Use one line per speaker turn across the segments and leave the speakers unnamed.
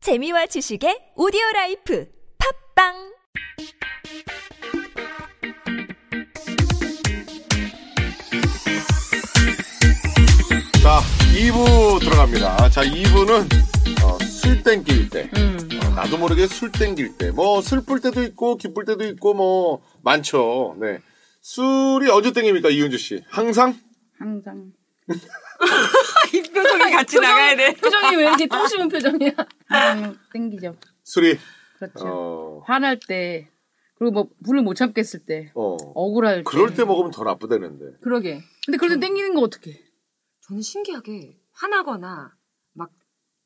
재미와 지식의 오디오 라이프 팝빵
자, 2부 들어갑니다. 자, 2부는 어, 술 땡길 때, 어, 나도 모르게 술 땡길 때, 뭐 슬플 때도 있고 기쁠 때도 있고 뭐 많죠. 네, 술이 언제 땡깁니까 이은주 씨? 항상?
항상.
표정이 같이 나가야 돼.
표정이 왜 이렇게 똥심은 표정이야? 항상 땡기죠.
술이
그렇죠.
어,
화날 때 그리고 뭐 불을 못 참겠을 때
어,
억울할 때.
그럴 때 음. 먹으면 더 나쁘다는데.
그러게. 근데 그럴 때 땡기는 거 어떻게?
저는 신기하게 화나거나 막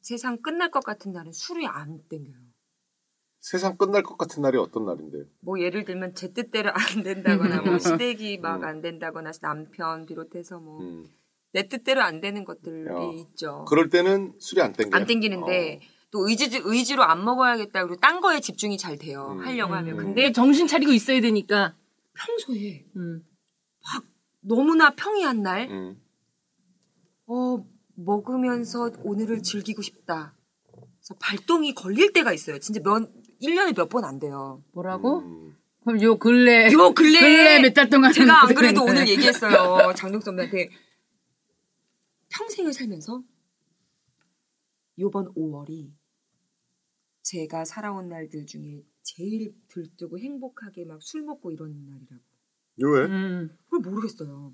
세상 끝날 것 같은 날은 술이 안 땡겨요.
세상 끝날 것 같은 날이 어떤 날인데요?
뭐 예를 들면 제 뜻대로 안 된다거나 뭐 시댁이 막
음.
안 된다거나 남편 비롯해서 뭐 내
음,
뜻대로 안 되는 것들이
어.
있죠.
그럴 때는 술이 안 땡겨.
안 땡기는데 또 의지 의지로 안 먹어야겠다 그리고 딴 거에 집중이 잘 돼요.
음.
하려고 하면
음.
근데
내 정신 차리고 있어야 되니까.
평소에
음.
너무나 평이한 날
음,
어, 먹으면서 오늘을 즐기고 싶다. 그래서 발동이 걸릴 때가 있어요. 진짜 몇, 1년에 몇 번 안 돼요.
뭐라고?
음.
그럼 요 근래
요 근래에
네. 근래 몇 달 동안
제가 안
하는
그래도
거네.
오늘 얘기했어요. 장동 선배한테. 평생을 살면서 요번 5월이 제가 살아온 날들 중에 제일 들뜨고 행복하게 막 술 먹고 이런 날이라고.
왜?
음.
그걸 모르겠어요.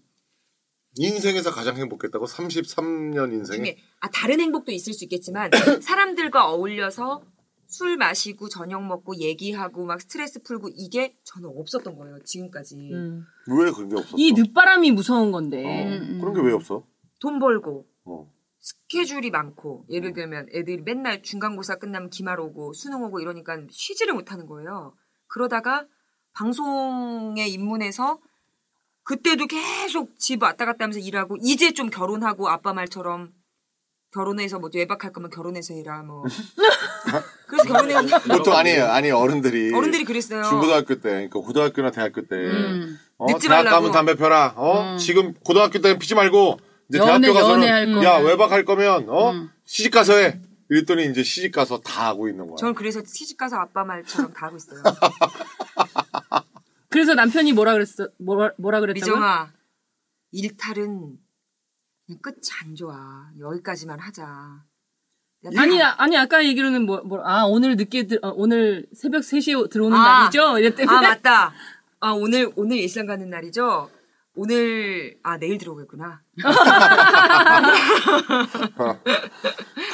인생에서 가장 행복했다고 33년 인생에
중에 아 다른 행복도 있을 수 있겠지만 사람들과 어울려서 술 마시고 저녁 먹고 얘기하고 막 스트레스 풀고 이게 저는 없었던 거예요 지금까지
음.
왜 그런 게 없었어?
이 늦바람이 무서운
어,
건데.
음, 음.
그런 게 왜 없어?
돈 벌고
어.
스케줄이 많고 예를 들면 애들이 맨날 중간고사 끝나면 기말 오고 수능 오고 이러니까 쉬지를 못하는 거예요 그러다가 방송에 입문해서 그때도 계속 집 왔다 갔다 하면서 일하고 이제 좀 결혼하고 아빠 말처럼 결혼해서 뭐 외박할 거면 결혼해서 해라 뭐 그래서 결혼해서
보통 아니에요. 아니 어른들이
어른들이 그랬어요.
예. 중고등학교 때, 그러니까 고등학교나 대학교 때,
음.
어,
늦지
대학
말라고.
가면 담배 펴라. 어,
음.
지금 고등학교 때는 피지 말고 이제
연애,
대학교 가서는
연애할 거면.
야 외박할 거면 어
음.
시집 가서 해. 이랬더니 이제 시집 가서 다 하고 있는 거야.
저는 그래서 시집 가서 아빠 말처럼 다 하고 있어요.
그래서 남편이 뭐라 그랬어? 뭐라, 뭐라 그랬다고?
미정아 일탈은 그냥 끝이 안 좋아. 여기까지만 하자. 내가
아니,
다-
아- 아니, 아까 얘기로는 뭐, 뭐, 아, 오늘 늦게, 들, 어, 오늘 새벽 3시에 들어오는
아.
날이죠? 이랬더니.
아 맞다. 아 오늘 오늘 일상 가는 날이죠. 오늘 아 내일 들어오겠구나.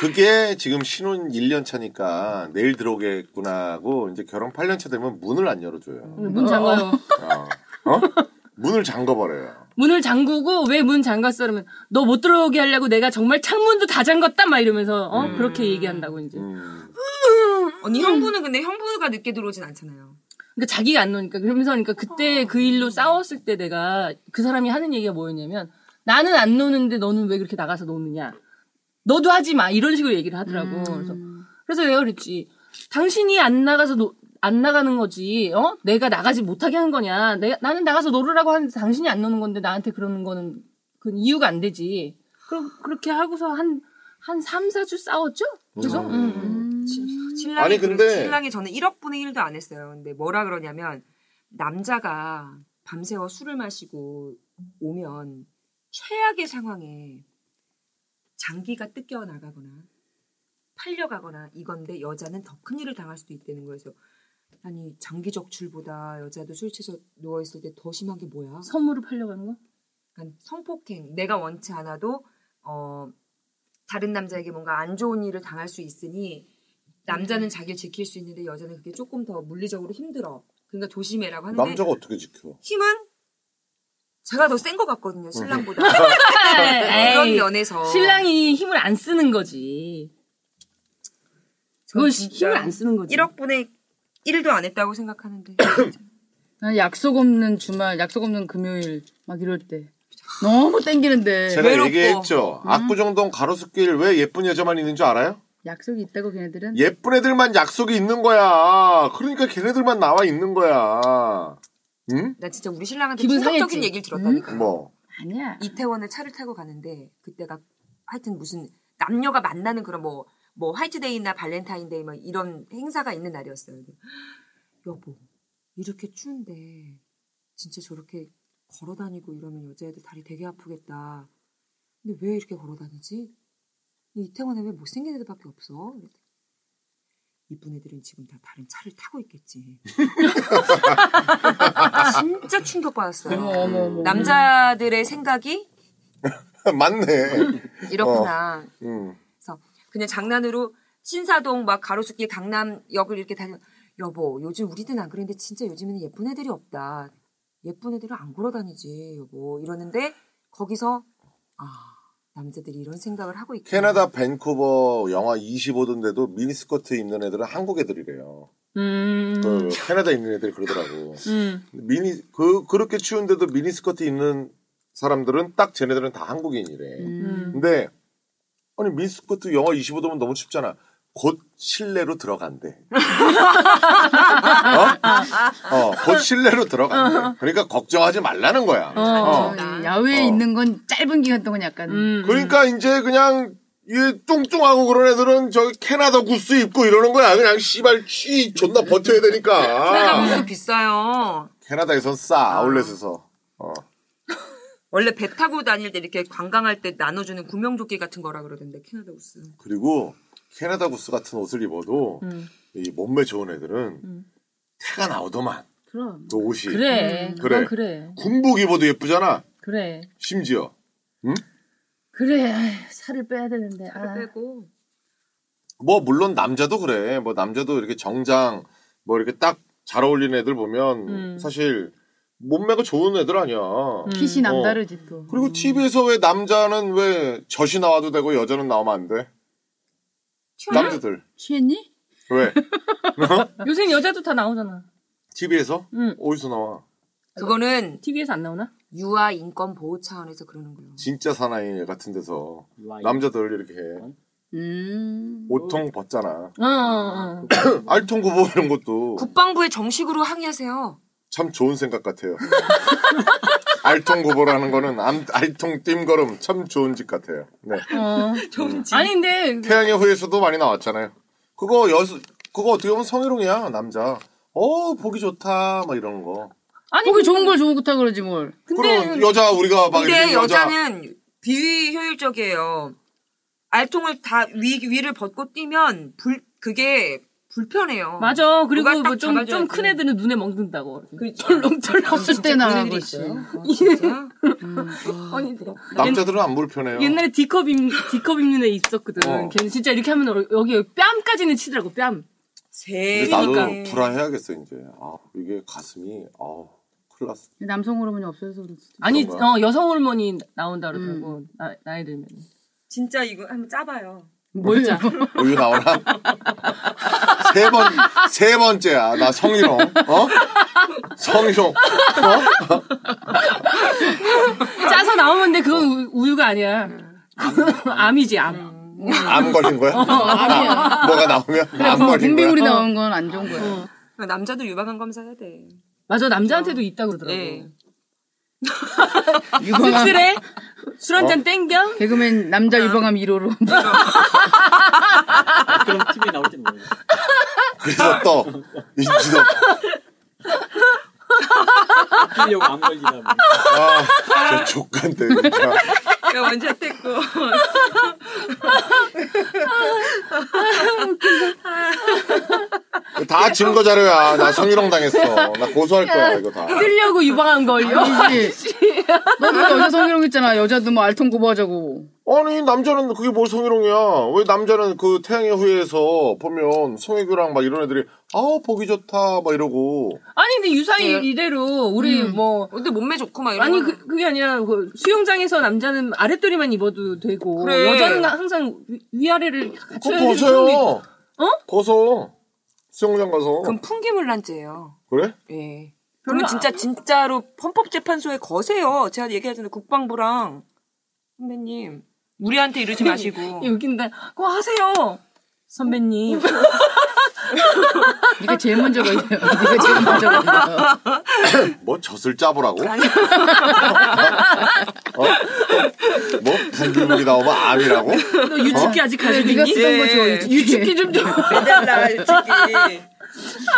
그게 지금 신혼 1년 차니까 내일 들어오겠구나 하고 이제 결혼 8년 차 되면 문을 안 열어줘요.
문 잠가요.
어? 어? 문을 잠궈버려요.
문을 잠그고, 왜 문 잠갔어? 그러면, 너 못 들어오게 하려고 내가 정말 창문도 다 잠갔다? 막 이러면서, 어? 그렇게 얘기한다고, 이제.
음.
언니 형부는 근데 형부가 늦게 들어오진 않잖아요.
그러니까 자기가 안 노니까 그러면서 그러니까 그때 그 일로 싸웠을 때 내가 그 사람이 하는 얘기가 뭐였냐면 나는 안 노는데 너는 왜 그렇게 나가서 노느냐 너도 하지 마 이런 식으로 얘기를 하더라고 그래서 그래서 내가 그랬지 당신이 안 나가서 노, 안 나가는 거지 어 내가 나가지 못하게 한 거냐 내가 나는 나가서 노르라고 하는데 당신이 안 노는 건데 나한테 그러는 거는 그 이유가 안 되지 그럼 그렇게 하고서 한 한 3, 4주 싸웠죠? 그래서
음.
음, 음.
신랑이
아니, 근데-
그래서 신랑이 저는 1억분의 1도 안 했어요. 근데 뭐라 그러냐면 남자가 밤새워 술을 마시고 오면 최악의 상황에 장기가 뜯겨 나가거나 팔려가거나 이건데 여자는 더 큰 일을 당할 수도 있다는 거여서 아니 장기 적출보다 여자도 술 취해서 누워 있을 때 더 심한 게 뭐야?
선물을 팔려가는 거?
약간 성폭행 내가 원치 않아도 어 다른 남자에게 뭔가 안 좋은 일을 당할 수 있으니 남자는
음.
자기를 지킬 수 있는데 여자는 그게 조금 더 물리적으로 힘들어 그러니까 조심해라고 하는데
남자가 어떻게 지켜?
힘은 제가 더 센 것 같거든요 신랑보다 그런
네, 에이.
면에서
신랑이 힘을 안 쓰는 거지.
저는
그건
진짜
뭐 힘을 안 쓰는 거지.
1억 분의 1도 안 했다고 생각하는데
난 약속 없는 주말, 약속 없는 금요일 막 이럴 때 너무 땡기는데
제가
네, 외롭고. 음.
얘기했죠. 압구정동 가로수길 왜 예쁜 여자만 있는 줄 알아요?
약속이 있다고 걔네들은
예쁜 애들만 약속이 있는 거야. 그러니까 걔네들만 나와 있는 거야. 응?
나 진짜 우리 신랑한테
기분
충격적인
상했지?
얘기를 들었다니까 요
뭐.
아니야.
이태원을 차를 타고 가는데 그때가 하여튼 무슨 남녀가 만나는 그런 뭐 뭐 뭐 화이트데이나 발렌타인데이 막 이런 행사가 있는 날이었어요. 근데 여보 이렇게 추운데 진짜 저렇게 걸어다니고 이러면 여자애들 다리 되게 아프겠다. 근데 왜 이렇게 걸어다니지? 이 이태원에 왜 못생긴 애들밖에 없어? 이랬더니 이쁜 애들은 지금 다 다른 차를 타고 있겠지. 진짜 충격받았어요.
네.
어머, 어머, 어머.
남자들의 생각이
맞네.
이렇구나.
음.
그냥 장난으로 신사동 막 가로수길 강남역을 이렇게 다니 여보 요즘 우리는 안 그랬는데 진짜 요즘에는 예쁜 애들이 없다. 예쁜 애들은 안 걸어 다니지 여보 이러는데 거기서 아 남자들이 이런 생각을 하고 있고
캐나다 밴쿠버 영하 25도인데도 미니스커트 입는 애들은 한국 애들이래요.
음.
그 캐나다 입는 애들이 그러더라고.
음.
미니 그 그렇게 추운데도 미니스커트 입는 사람들은 딱 쟤네들은 다 한국인이래.
음.
근데 아니 미니스커트 영하 25도면 너무 춥잖아. 곧 실내로 들어간대. 어? 어, 곧 실내로 들어간대. 그러니까 걱정하지 말라는 거야. 어.
아,
음.
야외에
어.
있는 건 짧은 기간 동안 약간
음.
그러니까 이제 그냥 이 뚱뚱하고 그런 애들은 저기 캐나다 구스 입고 이러는 거야. 그냥 씨발 취 존나 버텨야
캐나다
되니까.
물도 비싸요.
캐나다에선 싸 아울렛에서. 어.
원래 배 타고 다닐 때 이렇게 관광할 때 나눠주는 구명조끼 같은 거라 그러던데 캐나다 우스.
그리고 캐나다 구스 같은 옷을 입어도
음.
이 몸매 좋은 애들은 태가 나오더만.
그럼 음.
그 옷이.
그래.
그래.
그건 그래.
군복 입어도 예쁘잖아.
그래.
심지어.
그래. 아휴, 살을 빼야 되는데. 아.
빼고
뭐 물론 남자도 그래. 뭐 남자도 이렇게 정장 뭐 이렇게 딱 잘 어울리는 애들 보면
음.
사실 몸매가 좋은 애들 아니야. 어.
핏이 음, 남다르지 또. 음.
그리고 TV에서 왜 남자는 왜 젖이 나와도 되고 여자는 나오면 안 돼?
음.
네?
남자들
취했니?
왜?
요새 여자도 다 나오잖아.
TV에서
음.
어디서 나와?
그거는
TV에서 안 나오나?
유아 인권 보호 차원에서 그러는 거예요.
진짜 사나이 같은 데서 남자들 이렇게 해.
아, 예. 음.
옷통 벗잖아.
어, 어, 어.
알통 구보 이런 것도
국방부에 정식으로 항의하세요.
참 좋은 생각 같아요. 알통 구보라는 거는 암- 알통 띵걸음 참 좋은 짓 같아요. 네.
어.
네.
아니 근데
태양의 후예에서도 많이 나왔잖아요. 그거 여 그거 어떻게 보면 성희롱이야 남자. 어 보기 좋다 막 이런 거.
아니
거기 좋은 걸 좋은 거다 그러지 뭘.
그럼 여자 우리가 막
근데
뭐 이렇게 여자
여자는 비효율적이에요. 알통을 다 위, 위를 벗고 뛰면 불 그게 불편해요.
맞아.
누가
그리고
딱
뭐 좀
잡아줘야
좀 큰
돼.
애들은 눈에 먹는다고. 그 덜렁덜렁.
컸을 때 나간
일이
거지.
있어요. 예.
아, 진짜?
아니
남자들은 안 불편해요.
옛날에 D컵 입 D컵 입는 애 있었거든.
어.
걔는 진짜 이렇게 하면 어- 여기 뺨까지는 치더라고 뺨.
세.
근데 나도
네.
그러니까.
불안해야겠어 이제. 아 이게 가슴이 아 큰일 났어.
남성 호르몬이 없어서 그렇지.
아니
그런 거야?
어, 여성 호르몬이 나온다 그러더라고
음.
나, 나이 들면.
진짜 이거 한번 짜봐요.
뭐,
뭘 짜?
우유 나오라. 세 번, 세 번째야. 나 성희롱. 어? 성희롱. 어?
짜서 나오는데 그건 우, 유가 아니야. 암이지 암.
암 걸린 거야? 아, 뭐가 나오면 암
뭐
걸린 거야?
어.
빙빙물이 나오는 건 안 좋은 거야.
그러니까 남자도 유방암 검사해야 돼.
맞아 남자한테도 있다고 그러더라고.
예.
유방암.
씁쓸해? 술 한 잔 땡겨?
개그맨 남자 유방암 1호로.
아, 그럼 TV 나올 땐 뭐예요?
그래서 또, 인지도.
하려고 안 걸리다 뭐.
아, 저 족간데, 진짜.
내가 언제 했고
다 증거 자료야. 나 성희롱 당했어. 나 고소할 거야, 이거 다.
끌려고 유방한 걸요?
아니지. 너도 여자 성희롱 했잖아. 여자도 뭐 알통 고부하자고.
아니, 남자는 그게 뭘 성희롱이야. 왜 남자는 그 태양의 후예에서 보면 송혜교랑 막 이런 애들이, 아우, 보기 좋다, 막 이러고.
아니 근데 유사히
네.
이래로 우리
음.
뭐
근데 몸매 좋고 막 이런.
아니
거.
그, 그게 아니라 그 수영장에서 남자는 아랫도리만 입어도 되고
그래.
여자는 항상 위, 위아래를
그거
갖춰야 되는 그런 게-
벗어요.
어?
벗어. 수영장 가서.
그럼 풍기물란죄예요.
그래?
예. 그러면 진짜 진짜로 헌법재판소에 거세요. 제가 얘기하잖아요. 국방부랑 선배님 우리한테 이러지 마시고.
이게 웃긴다. 그거 하세요. 선배님.
네가 제일 먼저 걸려. 네가 제일 먼저 걸려.
뭐 젖을 짜보라고? 어? 뭐 분기물이 나오면 암이라고?
너 유축기 아직 가지고
어? 네가
있니?
쓰던 거 줘.
예.
유튜브에.
유축기 좀 줘.
매달 날 특히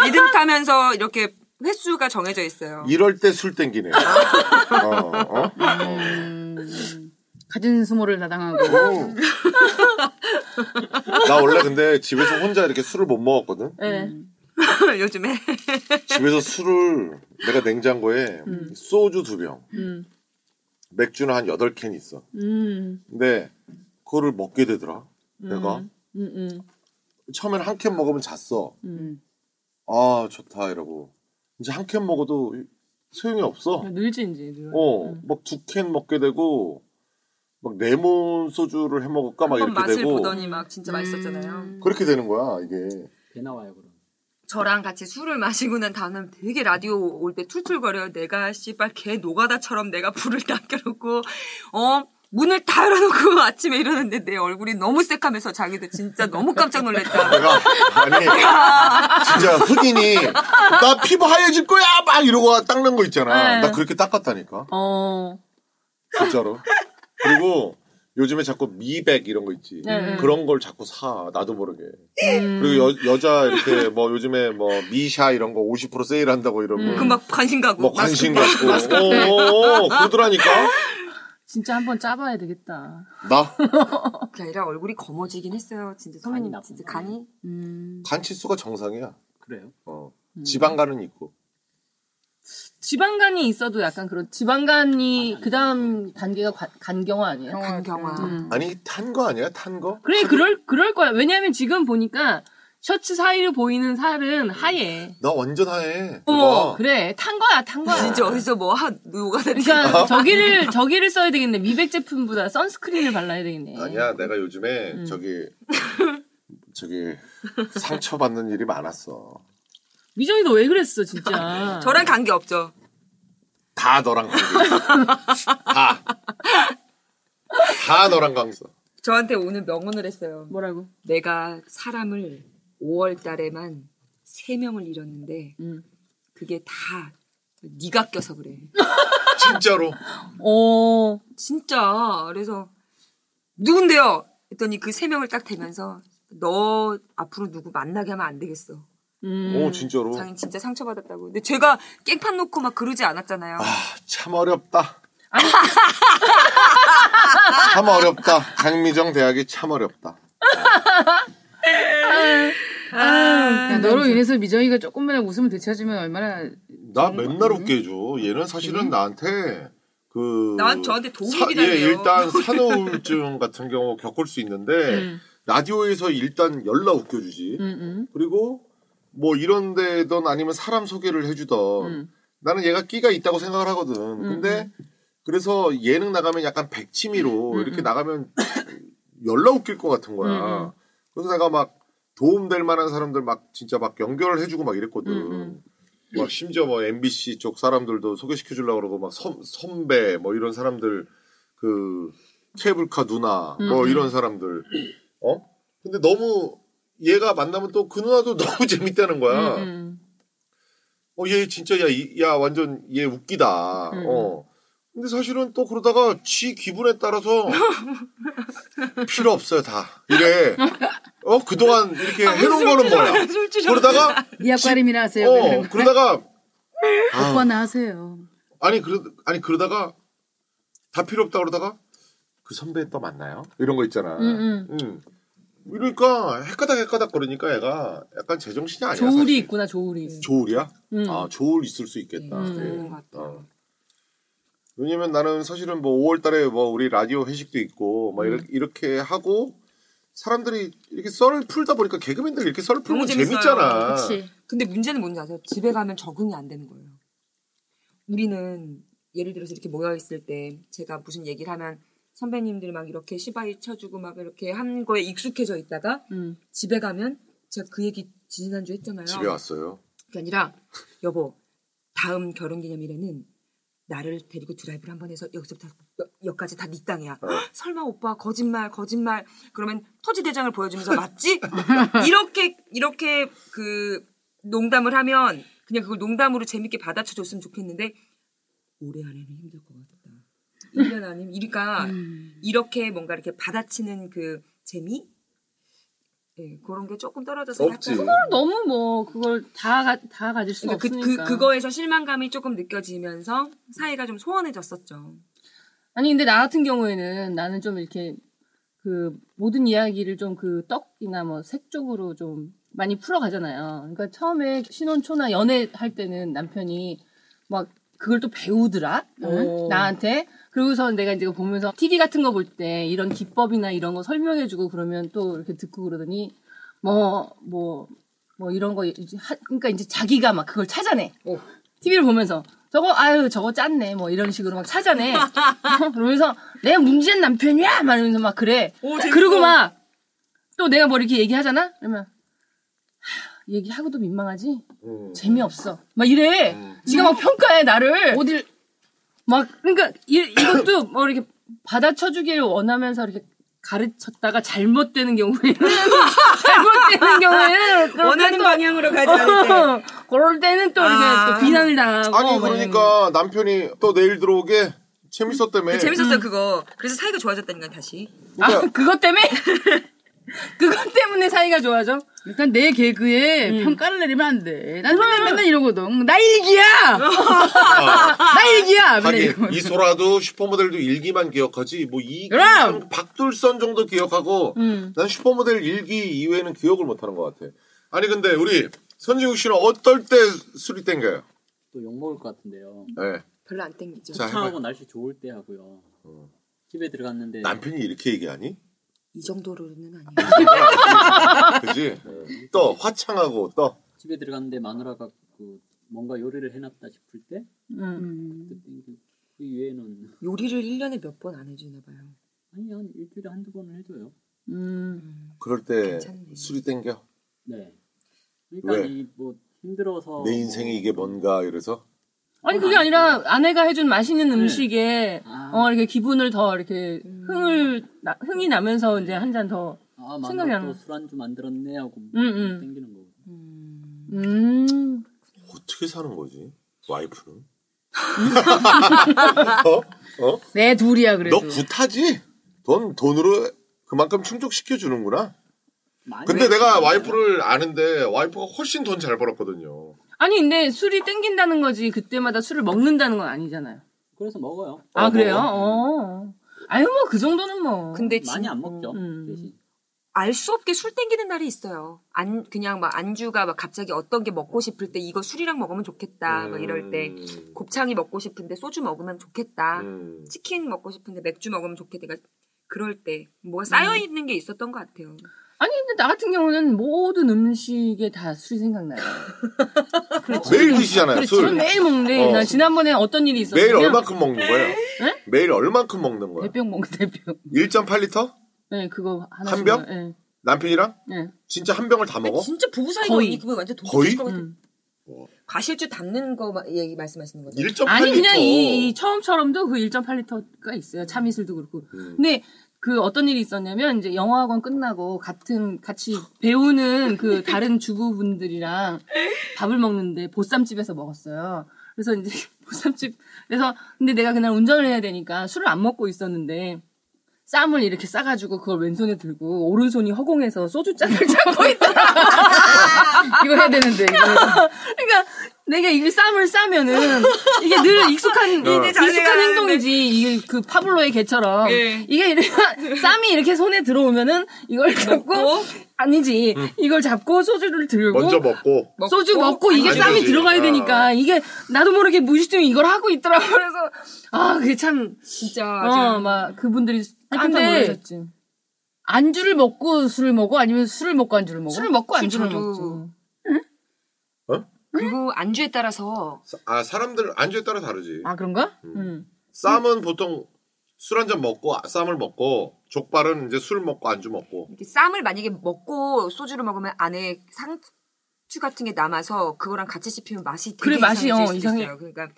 리듬 타면서 이렇게 횟수가 정해져 있어요.
이럴 때 술 땡기네요. 어, 어?
음, 가진 수모를 다당하고.
오. 나 원래 근데 집에서 혼자 이렇게 술을 못 먹었거든?
네.
음.
예.
요즘에
아, 집에서 술을 내가 냉장고에 소주 두 병,
음.
맥주는 한 여덟 캔 있어.
음.
근데 그거를 먹게 되더라. 내가
음. 음.
처음엔 한 캔 먹으면 잤어.
음.
아 좋다 이러고 이제 한 캔 먹어도 소용이 없어.
늘지 이제. 늘. 음.
어, 막 두 캔 먹게 되고 막 레몬 소주를 해 먹을까 막
한번
이렇게
맛을
되고
보더니 막 진짜 맛있었잖아요.
그렇게 되는 거야 이게.
배 나와요 그럼.
저랑 같이 술을 마시고 난 다음엔 되게 라디오 올 때 툴툴거려요. 내가 씨발 개 노가다처럼 내가 불을 닦여놓고 어 문을 다 열어놓고 아침에 일어났는데 내 얼굴이 너무 새카면서 자기도 진짜 너무 깜짝 놀랐다.
내가 아니 진짜 흑인이 나 피부 하얘질 거야 막 이러고 닦는 거 있잖아.
네.
나 그렇게 닦았다니까
어.
진짜로. 그리고 요즘에 자꾸 미백 이런 거 있지.
네. 음.
그런 걸 자꾸 사 나도 모르게. 그리고 여, 여자 이렇게 뭐 요즘에 뭐 미샤 이런 거 50% 세일한다고
음.
이러면
그 막 관심 가고
뭐 관심 갖고 어어어 그러더라니까
진짜 한번 짜봐야 되겠다.
나
그게 아니라 얼굴이 검어지긴 했어요. 진짜
간이
선배님
나쁜
진짜
거예요.
간이
음.
간치수가 정상이야.
그래요?
어.
음.
지방간은 있고
지방간이 있어도 약간 그런 지방간이 그 다음 단계가 관- 간경화 아니에요?
간경화.
음.
아니 탄 거 아니야 탄 거?
그래 그럴 그럴 거야. 왜냐하면 지금 보니까 셔츠 사이로 보이는 살은 하얘.
나 완전 하해.
어머
어.
그래 탄 거야 탄 거야.
진짜 어디서 뭐 하, 노가다
그러니까 저기를 저기를 써야 되겠네. 미백 제품보다 선스크린을 발라야 되겠네.
아니야 내가 요즘에
음.
저기 저기 상처 받는 일이 많았어.
미정이 너 왜 그랬어 진짜.
저랑 관계 없죠.
다 너랑 관계. 있어. 다. 다 너랑 관계. 있어.
저한테 오늘 명언을 했어요.
뭐라고?
내가 사람을 5월 달에만 3명을 잃었는데
음.
그게 다 네가 껴서 그래.
진짜로.
어
진짜. 그래서 누군데요? 했더니 그 3명을 딱 대면서 너 앞으로 누구 만나게 하면 안 되겠어.
음.
오 진짜로.
장인 진짜 상처받았다고. 근데 제가 깽판 놓고 막 그러지 않았잖아요.
아, 참 어렵다. 참 어렵다. 강미정 대학이 참 어렵다.
아,
야,
네,
너로 인해서 미정이가 조금만 웃음을 되찾으면 얼마나
어.
나
음,
맨날 웃게 해줘. 얘는 사실은 나한테 그.
난 저한테 도움이
사-
되네요.
예, 일단 산후우울증 같은 경우 겪을 수 있는데
음.
라디오에서 일단 열나 웃겨주지.
음, 음.
그리고 뭐 이런 데든 아니면 사람 소개를 해주던
음.
나는 얘가 끼가 있다고 생각을 하거든. 근데 그래서 예능 나가면 약간
음,
백치미로 이렇게 나가면 열나 웃길 것 같은
음,
거야. 그래서 내가 막 도움될 만한 사람들 막 진짜 막 연결을 해주고 막 이랬거든.
음,
막 심지어 뭐 MBC 쪽 사람들도 소개시켜 주려고 그러고 막 선, 선배 뭐 이런 사람들 그 케이블카 누나
음,
뭐 이런 사람들 어? 근데 너무 얘가 만나면 또 그 누나도 너무 재밌다는 거야.
음.
어, 얘 진짜 야, 이- 야 완전 얘 웃기다.
음.
어. 근데 사실은 또 그러다가 지 기분에 따라서 필요 없어요 다. 이래. 어 그동안 이렇게
아,
해놓은 거는 뭐야? 그러다가
이학과림이나
네,
하세요.
어 그러다가 아,
오빠나 하세요.
아니 그러 아니 그러다가 다 필요 없다 그러다가 그 선배 또 만나요? 이런 거
어.
있잖아.
음,
음. 이러니까 헷가닥 헷가닥 거리니까 얘가 약간 제정신이 아니야.
조울이
사실.
있구나 조울이.
조울이야?
음.
아 조울 있을 수 있겠다.
그런
예.
것 같아요.
어. 왜냐면 나는 사실은 뭐 5월달에 뭐 우리 라디오 회식도 있고 막 이렇게, 이렇게 하고 사람들이 이렇게 썰을 풀다 보니까 개그맨들 이렇게 썰을 풀면
너무 재밌어요.
재밌잖아.
그치.
근데 문제는 뭔지 아세요? 집에 가면 적응이 안 되는 거예요. 우리는 예를 들어서 이렇게 모여 있을 때 제가 무슨 얘기를 하면 선배님들 막 이렇게 시바이 쳐주고 막 이렇게 한 거에 익숙해져 있다가
음.
집에 가면 제가 그 얘기 지난주 했잖아요.
집에 왔어요.
그게 아니라 여보 다음 결혼기념일에는 나를 데리고 드라이브를 한번 해서 여기서부터 여- 여기까지 다 네 땅이야.
어.
헉, 설마 오빠 거짓말 거짓말 그러면 토지 대장을 보여주면서 맞지? 이렇게 이렇게 그 농담을 하면 그냥 그걸 농담으로 재밌게 받아쳐줬으면 좋겠는데 올해 안에는 힘들 것 같다. 1년 아니면 그러니까 이렇게 뭔가 이렇게 받아치는 그 재미 예, 그런 게 조금 떨어져서
없지.
약간
너무 뭐 그걸 다, 가, 다 가질 수
그러니까 그,
없으니까.
그, 그거에서 실망감이 조금 느껴지면서 사이가 좀 소원해졌었죠.
아니 근데 나 같은 경우에는 나는 좀 이렇게 그 모든 이야기를 좀 그 떡이나 뭐 색 쪽으로 좀 많이 풀어가잖아요. 그러니까 처음에 신혼 초나 연애할 때는 남편이 막 그걸 또 배우더라
오.
나한테. 그러고서 내가 이제 보면서 TV 같은 거 볼 때 이런 기법이나 이런 거 설명해주고 그러면 또 이렇게 듣고 그러더니 뭐 뭐, 뭐 이런 거 이제 하- 그러니까 이제 자기가 막 그걸 찾아내. TV를 보면서 저거 아유 저거 짰네 뭐 이런 식으로 막 찾아내 어? 그러면서 내가 문제는 남편이야 막 이러면서 막 그래
오, 재밌어.
그리고 막 또 내가 뭐 이렇게 얘기하잖아 그러면 하, 얘기하고도 민망하지
음.
재미없어 막 이래 지가 막 평가해 나를
어딜
막 그러니까 이, 이것도 뭐 이렇게 받아쳐주길 원하면서 이렇게 가르쳤다가 잘못되는 경우에는 잘못되는 경우에는 그렇게
원하는
또-
방향으로 가지 않을 때.
어, 그럴 때는 또 이렇게
아.
또 비난을 당하고
아니
막 이런 거.
그러니까 남편이 또 내일 들어오게 재밌었다며.
재밌었어요 그거. 그래서 사이가 좋아졌다니까 다시.
그러니까
아, 그것 때문에? 그것 때문에 사이가 좋아져? 음.
일단 내 개그에 평가를 내리면 안 돼. 난 맨날 맨날 이러거든. 나 일기야! 나 일기야! 맨날
어. 하긴
이러거든.
이소라도 슈퍼모델도 일기만 기억하지 뭐 이,
그럼!
좀 박둘선 정도 기억하고
음.
난 슈퍼모델 일기 이외에는 기억을 못하는 것 같아. 아니 근데 우리 선진국 씨는 어떨 때 술이 땡겨요?
또 욕먹을 것 같은데요.
네.
별로 안 땡기죠.
자 해봐요. 어.
차하고 날씨 좋을 때 하고요. 집에 들어갔는데
네. 남편이 이렇게 얘기하니?
이 정도로는 아니에요.
그지? 떠 화창하고 떠.
집에 들어갔는데 마누라가 그 뭔가 요리를 해놨다 싶을 때
음.
그때 땡기고 그 이외에는
요리를 1년에 몇 번 안 해주나 봐요.
아니 한 일주일에 한두 번은 해줘요.
음.
그럴 때
괜찮네.
술이 땡겨.
네.
왜?
그러니까 이 뭐 힘들어서
내 인생이 이게 뭔가 이래서
아니, 그게 아니라 아내가 해준 맛있는
네.
음식에,
아.
어, 이렇게 기분을 더 이렇게 흥을, 나- 흥이 나면서 이제 한 잔 더.
아
생각이
마누라
안
또
나.
술안주 만들었네 하고
음.
땡기는 거고.
음.
어떻게 사는 거지? 와이프는? 어? 어?
내 둘이야, 그래도.
너 구타지? 돈 돈으로 그만큼 충족시켜 주는구나.
많이
근데 내가
해줬어요.
와이프를 아는데 와이프가 훨씬 돈 잘 벌었거든요.
아니, 근데 술이 땡긴다는 거지, 그때마다 술을 먹는다는 건 아니잖아요.
그래서 먹어요.
아,
어,
그래요?
뭐.
어. 아유, 뭐, 그 정도는 뭐.
근데
많이 안 먹죠.
음.
대신
알 수 없게 술 땡기는 날이 있어요. 안 그냥 막 안주가 막 갑자기 어떤 게 먹고 싶을 때 이거 술이랑 먹으면 좋겠다. 막 이럴 때 아,
음.
곱창이 먹고 싶은데 소주 먹으면 좋겠다.
음.
치킨 먹고 싶은데 맥주 먹으면 좋겠다. 그러니까 그럴 때 뭐가 쌓여 있는 게 있었던 것 같아요.
아니, 근데 나 같은 경우는 모든 음식에 다 술이 생각나요.
매일 드시잖아요
그렇지. 저는
아, 술.
매일 먹는데,
어.
나 지난번에 어떤 일이 있었냐면
매일 얼만큼 먹는 거야? 매일 얼만큼 먹는 거야?
대병 먹는 대병.
1.8리터?
네, 그거 하나.
한 병?
네.
남편이랑
네.
진짜 한 병을 다 먹어?
아, 진짜 부부 사이가
거의.
그거 완전
거의?
뭐,
것 같아.
음.
과실주 담는 거 마- 얘기 말씀하시는 거죠?
1.8리터.
아니 그냥 이, 이 처음처럼도 그 1.8리터가 있어요. 참이슬도 그렇고.
음.
근데 그 어떤 일이 있었냐면 이제 영어학원 끝나고 같은 같이 배우는 그 다른 주부분들이랑 밥을 먹는데 보쌈집에서 먹었어요. 그래서 이제 보쌈집에서 근데 내가 그날 운전을 해야 되니까 술을 안 먹고 있었는데 쌈을 이렇게 싸가지고 그걸 왼손에 들고 오른손이 허공에서 소주잔을 잡고 있더라.
이거 해야 되는데. 이거 해야 되는데.
그러니까 내가 이 쌈을 싸면은 이게 늘 익숙한 익숙한
잘해가는데.
행동이지 이게 그 파블로의 개처럼
예.
이게 이래- 쌈이 이렇게 손에 들어오면은 이걸 잡고 아니지 이걸 잡고 소주를 들고
먼저 먹고
소주 먹고 이게
아니,
쌈이
그러지.
들어가야
아.
되니까 이게 나도 모르게 무의식 중에 이걸 하고 있더라고 그래서 아 그게
진짜 제가
참어막 그분들이
아니,
깜짝
근데
놀라셨지
안주를 먹고 술을 먹어? 아니면 술을 먹고 안주를 먹어?
술을 먹고
술
안주를
저도
먹지
그리고 음? 안주에 따라서
아 사람들 안주에 따라 다르지.
아, 그런가?
음.
쌈은 보통 술 한 잔 먹고 아, 쌈을 먹고 족발은 이제 술 먹고 안주 먹고.
이렇게 쌈을 만약에 먹고 소주를 먹으면 안에 상추 같은 게 남아서 그거랑 같이 씹히면 맛이 되게
그래, 맛이,
이상해질
어,
수도
이상해.
있어요. 그러니까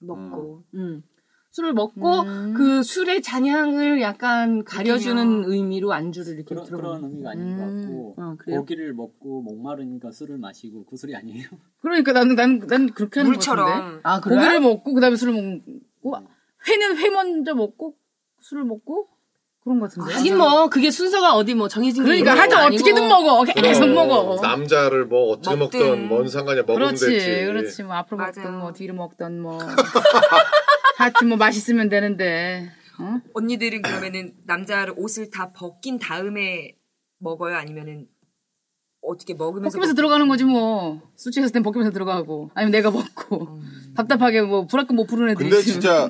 먹고
음. 술을 먹고 그 술의 잔향을 약간 가려주는 의미로 안주를 이렇게
그런
들어가는
그런 의미가 아닌
음.
것 같고
어, 그렇죠. 그래요?
고기를 먹고 목마르니까 술을 마시고 그 술이 아니에요.
그러니까 나는 나는 난 그렇게 하는 것 같은데.
물처럼.
아 그래? 음.
고기를 먹고 그다음에 술을 먹고 회는 회 먼저 먹고 술을 먹고 그런 것 같은데.
하긴 뭐 그게 순서가 어디 뭐 정해진 게
그러니까
있는 건
하여튼
아니고. 음.
어떻게든 먹어. 계속
음.
먹어.
남자를 뭐 어떻게
먹든.
먹든 뭔 상관이야 먹으면
그렇지,
되지.
그렇지. 뭐 앞으로
맞아요.
먹던 뭐 뒤로 먹던 뭐 하여튼 뭐 맛있으면 되는데. 어?
언니들은 그러면은 남자를 옷을 다 벗긴 다음에 먹어요? 아니면은 어떻게 먹으면서
벗기면서 들어가는 거지 뭐. 술취했을 땐 벗기면서 들어가고 아니면 내가 먹고
음.
답답하게 뭐 불학금 못 부르는 애들
근데
있으면.
진짜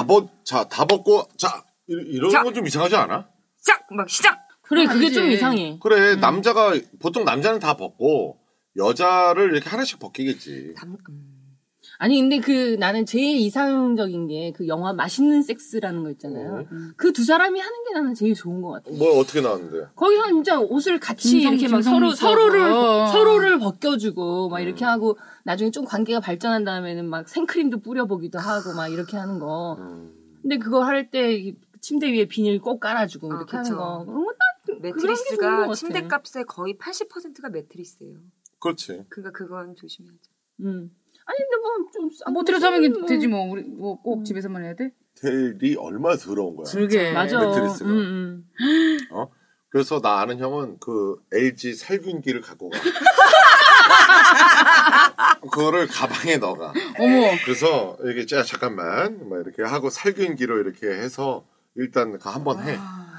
다벗자다 벗고 자 이- 이런
자.
건 좀 이상하지 않아?
시작 막 시작.
그래 그게
아니지.
좀 이상해.
그래 남자가 보통 남자는 다 벗고 여자를 이렇게 하나씩 벗기겠지.
남- 음.
아니 근데 그 나는 제일 이상적인 게 그 영화 맛있는 섹스라는 거
네.
있잖아요. 그 두 사람이 하는 게 나는 제일 좋은 것 같아.
뭐 어떻게 나왔는데?
거기서 진짜 옷을 같이
김성- 어.
이렇게 막
김성
서로
써서.
서로를 서로를 벗겨주고
네.
막 이렇게 하고 나중에 좀 관계가 발전한 다음에는 막 생크림도 뿌려보기도 하고 막 이렇게 하는 거.
음.
근데 그거 할 때 침대 위에 비닐 꼭 깔아주고
아,
이렇게 하는
그쵸.
거. 그런 거딱 그런 게 좋은 것
매트리스가
같아.
침대 값의 거의 80%가 매트리스예요.
그렇지.
그러니까 그건 조심해야죠.
음. 아니 근데 뭐좀
아, 뭐 들어서 하면 되지 뭐 우리 뭐 꼭 집에서만 해야 돼?
텔이 얼마나 더러운 거야.
그러게.
맞아.
네, 매트리스가.
음, 음.
어? 그래서 나 아는 형은 그 LG 살균기를 갖고 가. 그거를 가방에 넣어가.
어머.
그래서 이게 자 잠깐만 막 이렇게 하고 살균기로 이렇게 해서 일단 가 한번 해.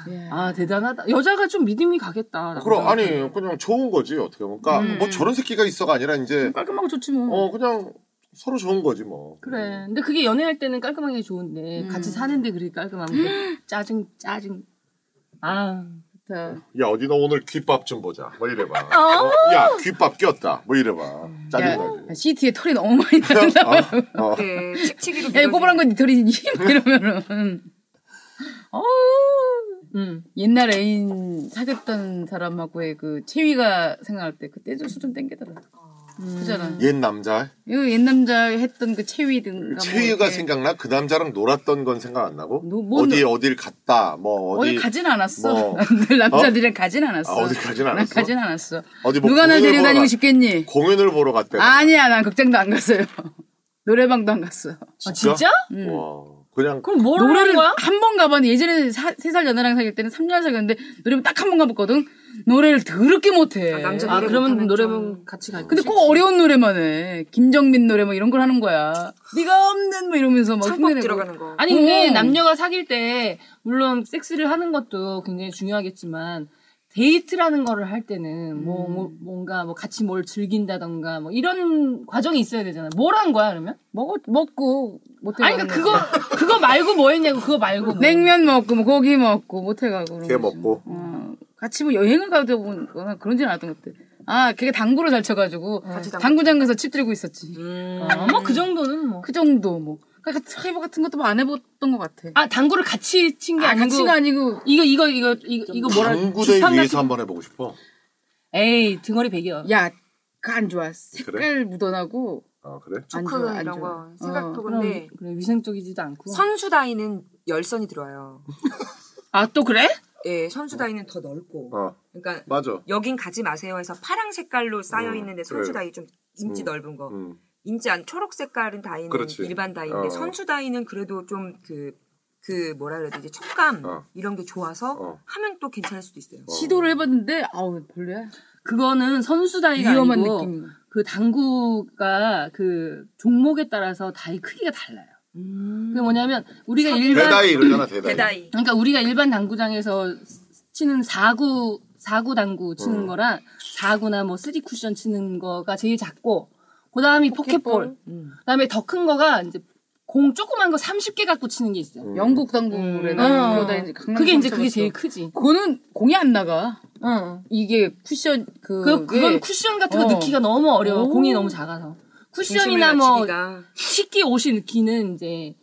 예.
아 대단하다. 여자가 좀 믿음이 가겠다. 남자가.
그럼 아니 그냥 좋은 거지 어떻게 보면. 그러니까 뭐 저런 새끼가 있어가 아니라 이제
깔끔하고 좋지 뭐.
어 그냥 서로 좋은 거지 뭐.
그래. 근데 그게 연애할 때는 깔끔하게 좋은데 같이 사는데 그렇게 깔끔하면 또 짜증 짜증. 아.
좋다.
야 어디 너 오늘 귓밥 좀 보자. 뭐 이래봐. 어, 야 귓밥 꼈다. 뭐 이래봐. 짜증나지.
야, 시트에 털이 너무 많이 나는다.
어, 어.
네, 칙칙이로
야,
밀어주는
이거 꼬부란 건 털이니?
네.
이러면은. 어우.
음.
옛날 애인 사귀었던 사람하고의 그 체위가 생각할 때 그때도 술좀 땡기더라. 음. 그잖아.
옛 남자
이거 옛 남자 했던
그러니까
그
뭐
체위든가.
최유가 생각나? 그 남자랑 놀았던 건 생각 안 나고?
노- 뭐
어디 어딜 갔다 뭐
어디,
어디
가진 않았어.
뭐.
늘 남자들이랑 가진 않았어.
아, 어디 가진
난
않았어?
가진 않았어.
어디 뭐
누가 날
공연을 보러
데리고 다니고
가-
싶겠니?
공연을 보러 갔대.
아니야, 난 극장도 안 갔어요. 노래방도 안 갔어.
아, 진짜?
와 그냥
그럼 뭘 하는
노래를
거야?
한 번 가봤는데 예전에 세 살 연애랑 사귈 때는 3년 사귀었는데 노래방 딱 한 번 가봤거든. 노래를 더럽게 못해.
아, 남자들이
아, 그러면
못하면
노래방
좀-
같이 갈까?
근데 꼭 어려운 노래만 해. 김정민 노래 뭐 이런 걸 하는 거야. 네가 없는 뭐 이러면서 막
창법
흉내내고.
들어가는 거.
아니, 근데
음.
남녀가 사귈 때, 물론 섹스를 하는 것도 굉장히 중요하겠지만, 데이트라는 거를 할 때는, 뭐, 뭐- 뭔가, 뭐, 같이 뭘 즐긴다던가, 뭐, 이런 과정이 있어야 되잖아. 뭘 한 거야, 그러면?
먹 먹고 못해.
아니, 그러니까 그거, 그거 말고 뭐 했냐고, 그거 말고. 뭐.
냉면 먹고 뭐 고기 먹고 못해 가고.
개 먹고
어, 같이 뭐 여행을 가다 보거나 그런지는 않았던 것 같아. 아, 걔가 당구를 잘 쳐가지고
당구.
당구장 가서 칩 들고 있었지.
음.
어, 뭐, 그 정도는 뭐.
그 정도 뭐. 그러니까 트라이버 같은 것도 뭐안 해봤던 것 같아.
아, 당구를 같이 친 게
아,
아니고.
같이가 아니고
이거, 이거, 이거, 이거, 이거 뭐라.
당구대
주판 같은-
위에서 한번 해보고 싶어.
에이, 등어리 베겨.
야, 그 안 좋아. 색깔
그래?
묻어나고
아 그래?
안
그
좋아. 안
이런
좋아.
거 생각도
그럼,
근데
그래, 위생적이지도 않고.
선수 다이는 열선이 들어와요.
아, 또 그래?
예, 선수 다이는 더 넓고.
어
그러니까
맞아.
여긴 가지 마세요 해서 파랑 색깔로 쌓여
음,
있는데
그래요.
선수 다이 좀 인지
음,
넓은 거.
음.
인지 안 초록 색깔은 다이는
그렇지.
일반 다이인데
어.
선수 다이는 그래도 좀 그 그 뭐라 그래야 되지 촉감
어.
이런 게 좋아서
어.
하면 또 괜찮을 수도 있어요.
시도를 해봤는데 아우 별로야.
그거는 선수 다이가
위험한
아니고
느낌.
그 당구가 그 종목에 따라서 다이 크기가 달라요. 그게 뭐냐면 우리가 일반
대다이 이러잖아 대다이.
대다이
그러니까 우리가 일반 당구장에서 치는 4구 4구 당구 치는
음.
거랑 4구나 뭐 3쿠션 치는 거가 제일 작고 그다음이 포켓볼,
음.
그다음에 더 큰 거가 이제 공 조그만 거 30개 갖고 치는 게 있어요.
영국 당구래.
어.
나 그러다 이제 강남
그게 이제
처음
그게
쳐봤어.
제일 크지.
그거는 공이 안 나가.
어.
이게 쿠션 그
그 그건 쿠션 같은 거
어.
넣기가 너무 어려워.
오.
공이 너무 작아서.
중심을
쿠션이나 뭐
맞추기가.
식기 옷이 느끼는 이제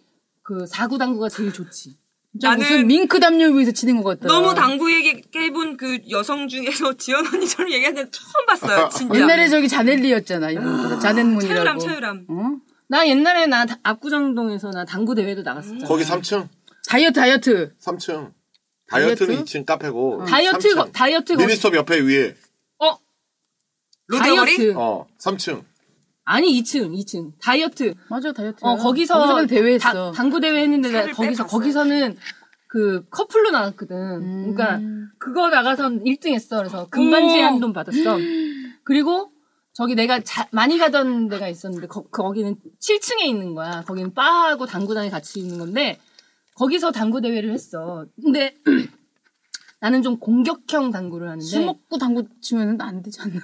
그 사구당구가 제일 좋지.
진짜 무슨
나는-
밍크 담요 위에서 치는 것 같다.
너무 당구 얘기 깨본 그 여성 중에서 지연 언니처럼
아,
얘기하는 데 처음 봤어요. 진짜.
옛날에 저기 자넬리였잖아. 이분. 자넬문이라고.
차유람 차유람.
어?
나 옛날에 나 다- 압구정동에서 나 당구 대회도 나갔었잖아.
거기 3층?
다이어트 다이어트
3층. 다이어트는
다이어트?
2층 카페고.
다이어트 거,
3층.
다이어트 거,
미니스톱 옆에 위에.
어
로데오리?
다이어트
어, 3층.
아니 2층 2층 다이어트
맞아 다이어트
어 거기서,
는 대회했어
다- 당구 대회 했는데 내가
살을
거기서
빼봤어요.
거기서는 그 커플로 나갔거든.
음.
그러니까 그거 나가서 1등 했어. 그래서 금반지 한 돈 받았어. 그리고 저기 내가 자- 많이 가던 데가 있었는데 거, 거기는 7층에 있는 거야. 거기는 바하고 당구장이 같이 있는 건데 거기서 당구 대회를 했어. 근데 나는 좀 공격형 당구를 하는데
술 먹고 당구 치면은 안 되지 않나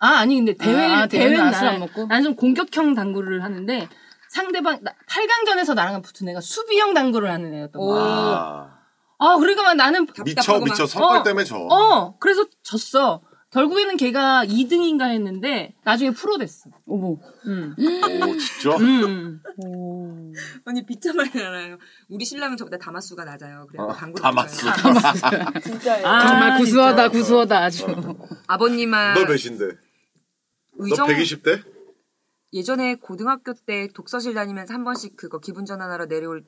아 아니 근데 대회
아,
대회
대회는
날
안 쓰나 먹고?
나는 좀 공격형 당구를 하는데 상대방 나, 8강전에서 나랑 붙은 애가 수비형 당구를 하는 애였던 거야.
아.
아 그러니까 막 나는
미쳐,
답답하구만.
미쳐. 성깔
어.
때문에 저.
어 그래서 졌어. 결국에는 걔가 2등인가 했는데 나중에 프로 됐어.
어머
음.
오, 진짜?
음.
언니 빗자말 나나요? 우리 신랑은 저보다 다마수가 낮아요. 그래서
아,
당구
다마스.
아,
정말 구수하다 구수하다 아주
아버님아
너 몇인데? 너
의정
120대?
예전에 고등학교 때 독서실 다니면서 한 번씩 그거 기분 전환하러 내려올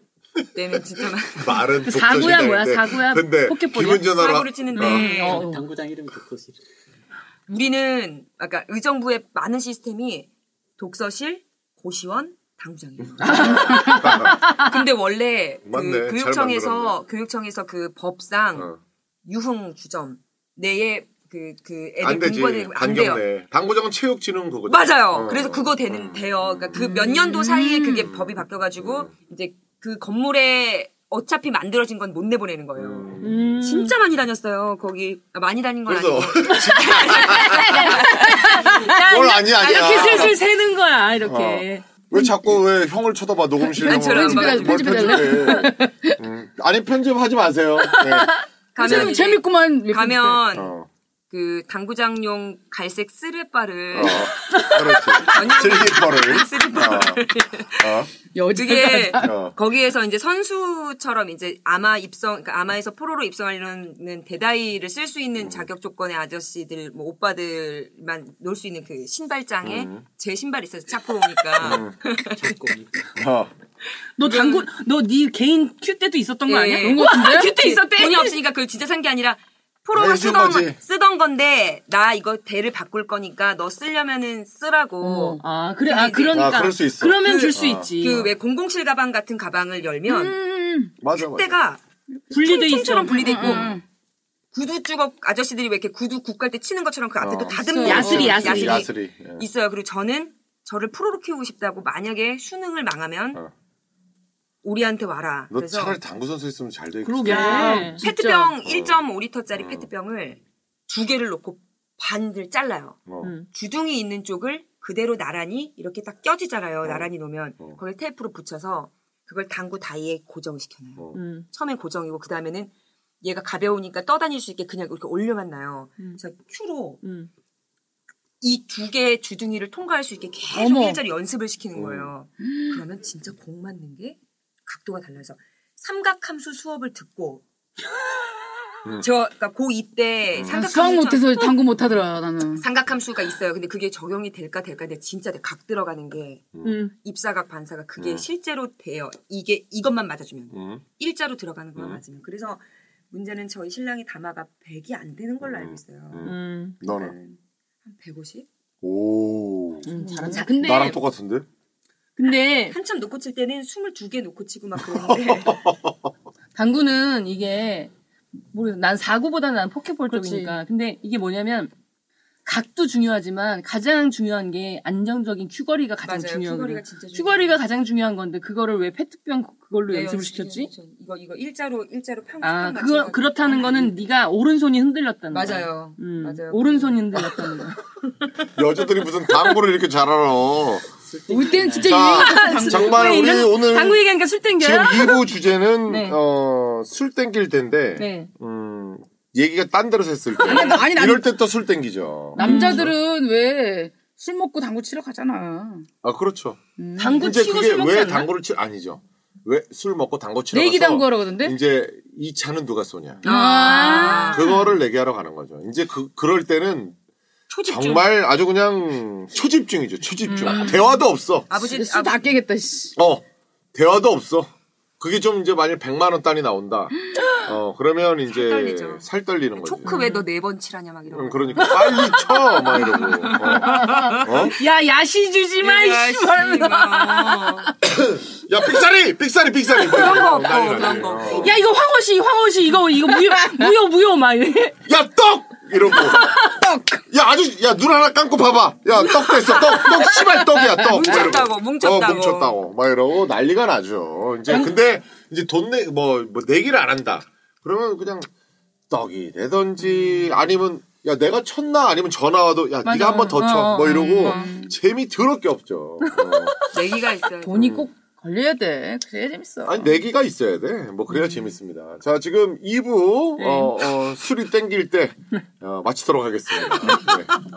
때는 진짜 막
말은
그 사구야,
독서실이다,
뭐야,
근데.
사구야?
근데
포켓볼이야?
기분 전화로
사고를 치는데
어.
당구장 이름이 독서실.
우리는 아까 의정부의 많은 시스템이 독서실, 고시원, 당구장이에요. 근데 원래 그
아. 맞네. 잘 만들었네.
교육청에서 교육청에서 그 법상
어.
유흥 주점 내에 그 그 애들
안 되지.
공부하는 안 돼요.
반경내. 당구장은 체육진흥 그거.
맞아요.
어.
그래서 그거 되는 돼요. 그러니까 그 몇 년도 사이에 그게 법이 바뀌어가지고
음.
이제 그 건물에 어차피 만들어진 건 못 내보내는 거예요. 진짜 많이 다녔어요. 거기 아, 많이 다닌 건
음. 그래서
아니고
뭘 아니 야 아니야.
이렇게 슬슬 새는 거야 이렇게.
왜 자꾸 왜 형을 쳐다봐 녹음실 형을
아, 편집해라,
뭘
편집해달라.
편집해 음, 아니 편집하지 마세요 네.
가면 이제
재밌구만 이렇게
가면
어.
그 당구장용 갈색
어.
쓰레빠를
그렇지 슬리퍼를
쓰레빠를
여자
그게
어.
거기에서 이제 선수처럼 이제 아마 입성, 그러니까 아마에서 프로로 입성하려는 대다이를 쓸 수
음.
있는 자격 조건의 아저씨들, 뭐 오빠들만 놀 수 있는 그 신발장에
음.
제 신발 있어서 찾고 오니까
어.
너 당구
음.
너 네 개인 큐 때도 있었던 거
예,
아니야?
예.
와, 큐때 있었대.
돈이 없으니까 그걸 진짜 산 게 아니라 프로로
네, 쓴
쓰던,
거지.
쓰던 건데 나 이거 대를 바꿀 거니까 너 쓰려면은 쓰라고
아 그래 아 그러니까
아, 그럴 수 있어.
그러면 줄 수 있지.
예.
그 왜 007 가방 같은 가방을 열면
맞아 음. 맞아
때가
분리돼 있어. 음,
통처럼 분리돼 있고 구두 주걱 아저씨들이 왜 이렇게 구두 국갈 때 치는 것처럼 그 앞에
어.
또 다듬는
음, 야스리,
야스리,
야스리.
야스리. 예.
있어요. 그리고 저는 저를 프로로 키우고 싶다고 만약에 수능을 망하면
어.
우리한테 와라.
너
그래서
차라리 당구 선수 있으면 잘 어. 되겠다
그러게.
야.
페트병 1.5리터짜리
음.
페트병을 두 개를 놓고 반을 잘라요.
어.
주둥이 있는 쪽을 그대로 나란히 이렇게 딱 껴지잖아요. 나란히 놓으면
어.
그걸 테이프로 붙여서 그걸 당구 다이에 고정시켜놔요.
어.
음.
처음엔 고정이고 그 다음에는 얘가 가벼우니까 떠다닐 수 있게 그냥 이렇게 올려만 놔요. 그래서 큐로
음.
이 두 개의 주둥이를 통과할 수 있게 계속
어머. 음.
일자리 연습을 시키는 거예요. 그러면 진짜 공 맞는 게 각도가 달라서 삼각함수 수업을 듣고 저 그러니까 고2 때
아, 수학
삼각함수
못해서 당구 못하더라 나는
삼각함수가 있어요. 근데 그게 적용이 될까 될까 근데 진짜 돼. 각 들어가는 게
음.
입사각 반사각 그게 실제로 돼요. 이게 이것만 맞아주면
음.
일자로 들어가는
음.
거만 맞으면 그래서 문제는 저희 신랑이 담화가 100이 안 되는 걸로 알고 있어요.
음.
너는
한 150?
오
잘한다.
음, 근데
나랑 똑같은데
근데
한참 놓고 칠 때는 22개 놓고 치고 막 그러는데
당구는 이게 모르겠어. 난 사구보다는 난 포켓볼 쪽이니까. 근데 이게 뭐냐면 각도 중요하지만 가장 중요한 게 안정적인 큐거리가 가장
맞아요.
중요한
큐거리가
거예요.
진짜 중요해요.
큐거리가 가장 중요한 건데 그거를 왜 페트병 그걸로
네,
연습을 시켰지?
이거 이거 일자로 일자로 평.
아, 그거 그렇다는 거는 음. 네가 오른손이 흔들렸다는 거야.
음. 맞아요.
음,
맞아요.
오른손이 흔들렸다는 거야.
여자들이 무슨 당구를 이렇게 잘 알아
우리 때는 진짜
자 음. 정말
왜
우리
이런-
어,
오늘
당구 얘기하니까 술
지금
땡겨요?
2부 주제는
네.
어, 술 땡길 텐데
네.
음, 얘기가 딴 데로 샜을 때
아니, 난-
이럴 때 또 술 땡기죠
남자들은 왜 술 먹고 당구 치러 가잖아
아 그렇죠
당구
이제
치고
그게
술 먹지
왜
않나?
당구를 치 아니죠 왜 술 먹고 당구 치러
내기
가서 음.
당구 하러 가던데
이제 이 차는 누가 쏘냐
아,
그거를 내기하러 가는 거죠 이제 그, 그럴 때는
초집중. 음.
정말 아주 그냥 초집중이죠. 초집중. 대화도 없어.
아버지 아,
술다 깨겠다, 씨.
어, 대화도 없어. 그게 좀 이제 만약 100만 원 단위 나온다. 어, 그러면 이제
떨리죠.
살
음.
떨리는 거지.
초크 왜 너 네 번 칠하냐 막 이런.
응,
거.
그러니까 빨리 쳐! 막 이러고. 어. 어?
야 야시 주지 마
야,
이씨.
씨발.
야, 빅사리! 빅사리! 빅사리!
그런 거 없고,
난리, 난리.
그런 거 없고.
어.
야 이거 황호씨 황호씨 이거 이거 무효 무효 무효 막 이래.
야, 떡! 이러고. 떡! 야, 아주, 야, 눈 하나 감고 봐봐. 야, 떡 됐어. 떡, 떡, 씨발 떡이야, 떡.
아, 뭉쳤다고,
막 이러고.
뭉쳤다고.
어, 뭉쳤다고. 막 이러고 난리가 나죠. 이제, 근데, 이제 돈 내, 뭐, 뭐, 내기를 안 한다. 그러면 그냥, 떡이 되던지, 아니면, 야, 내가 쳤나? 아니면 전화 와도, 야, 네가 한 번 더 쳐.
어,
뭐 이러고,
음.
재미 더럽게 없죠. 어.
내기가 있어요.
음.
돈이 꼭
걸려야 돼. 그래야 재밌어.
아니 내기가 있어야 돼. 뭐
음.
그래야 재밌습니다. 자 지금 2부 어, 어, 술이 땡길 때 어, 마치도록 하겠습니다. 네.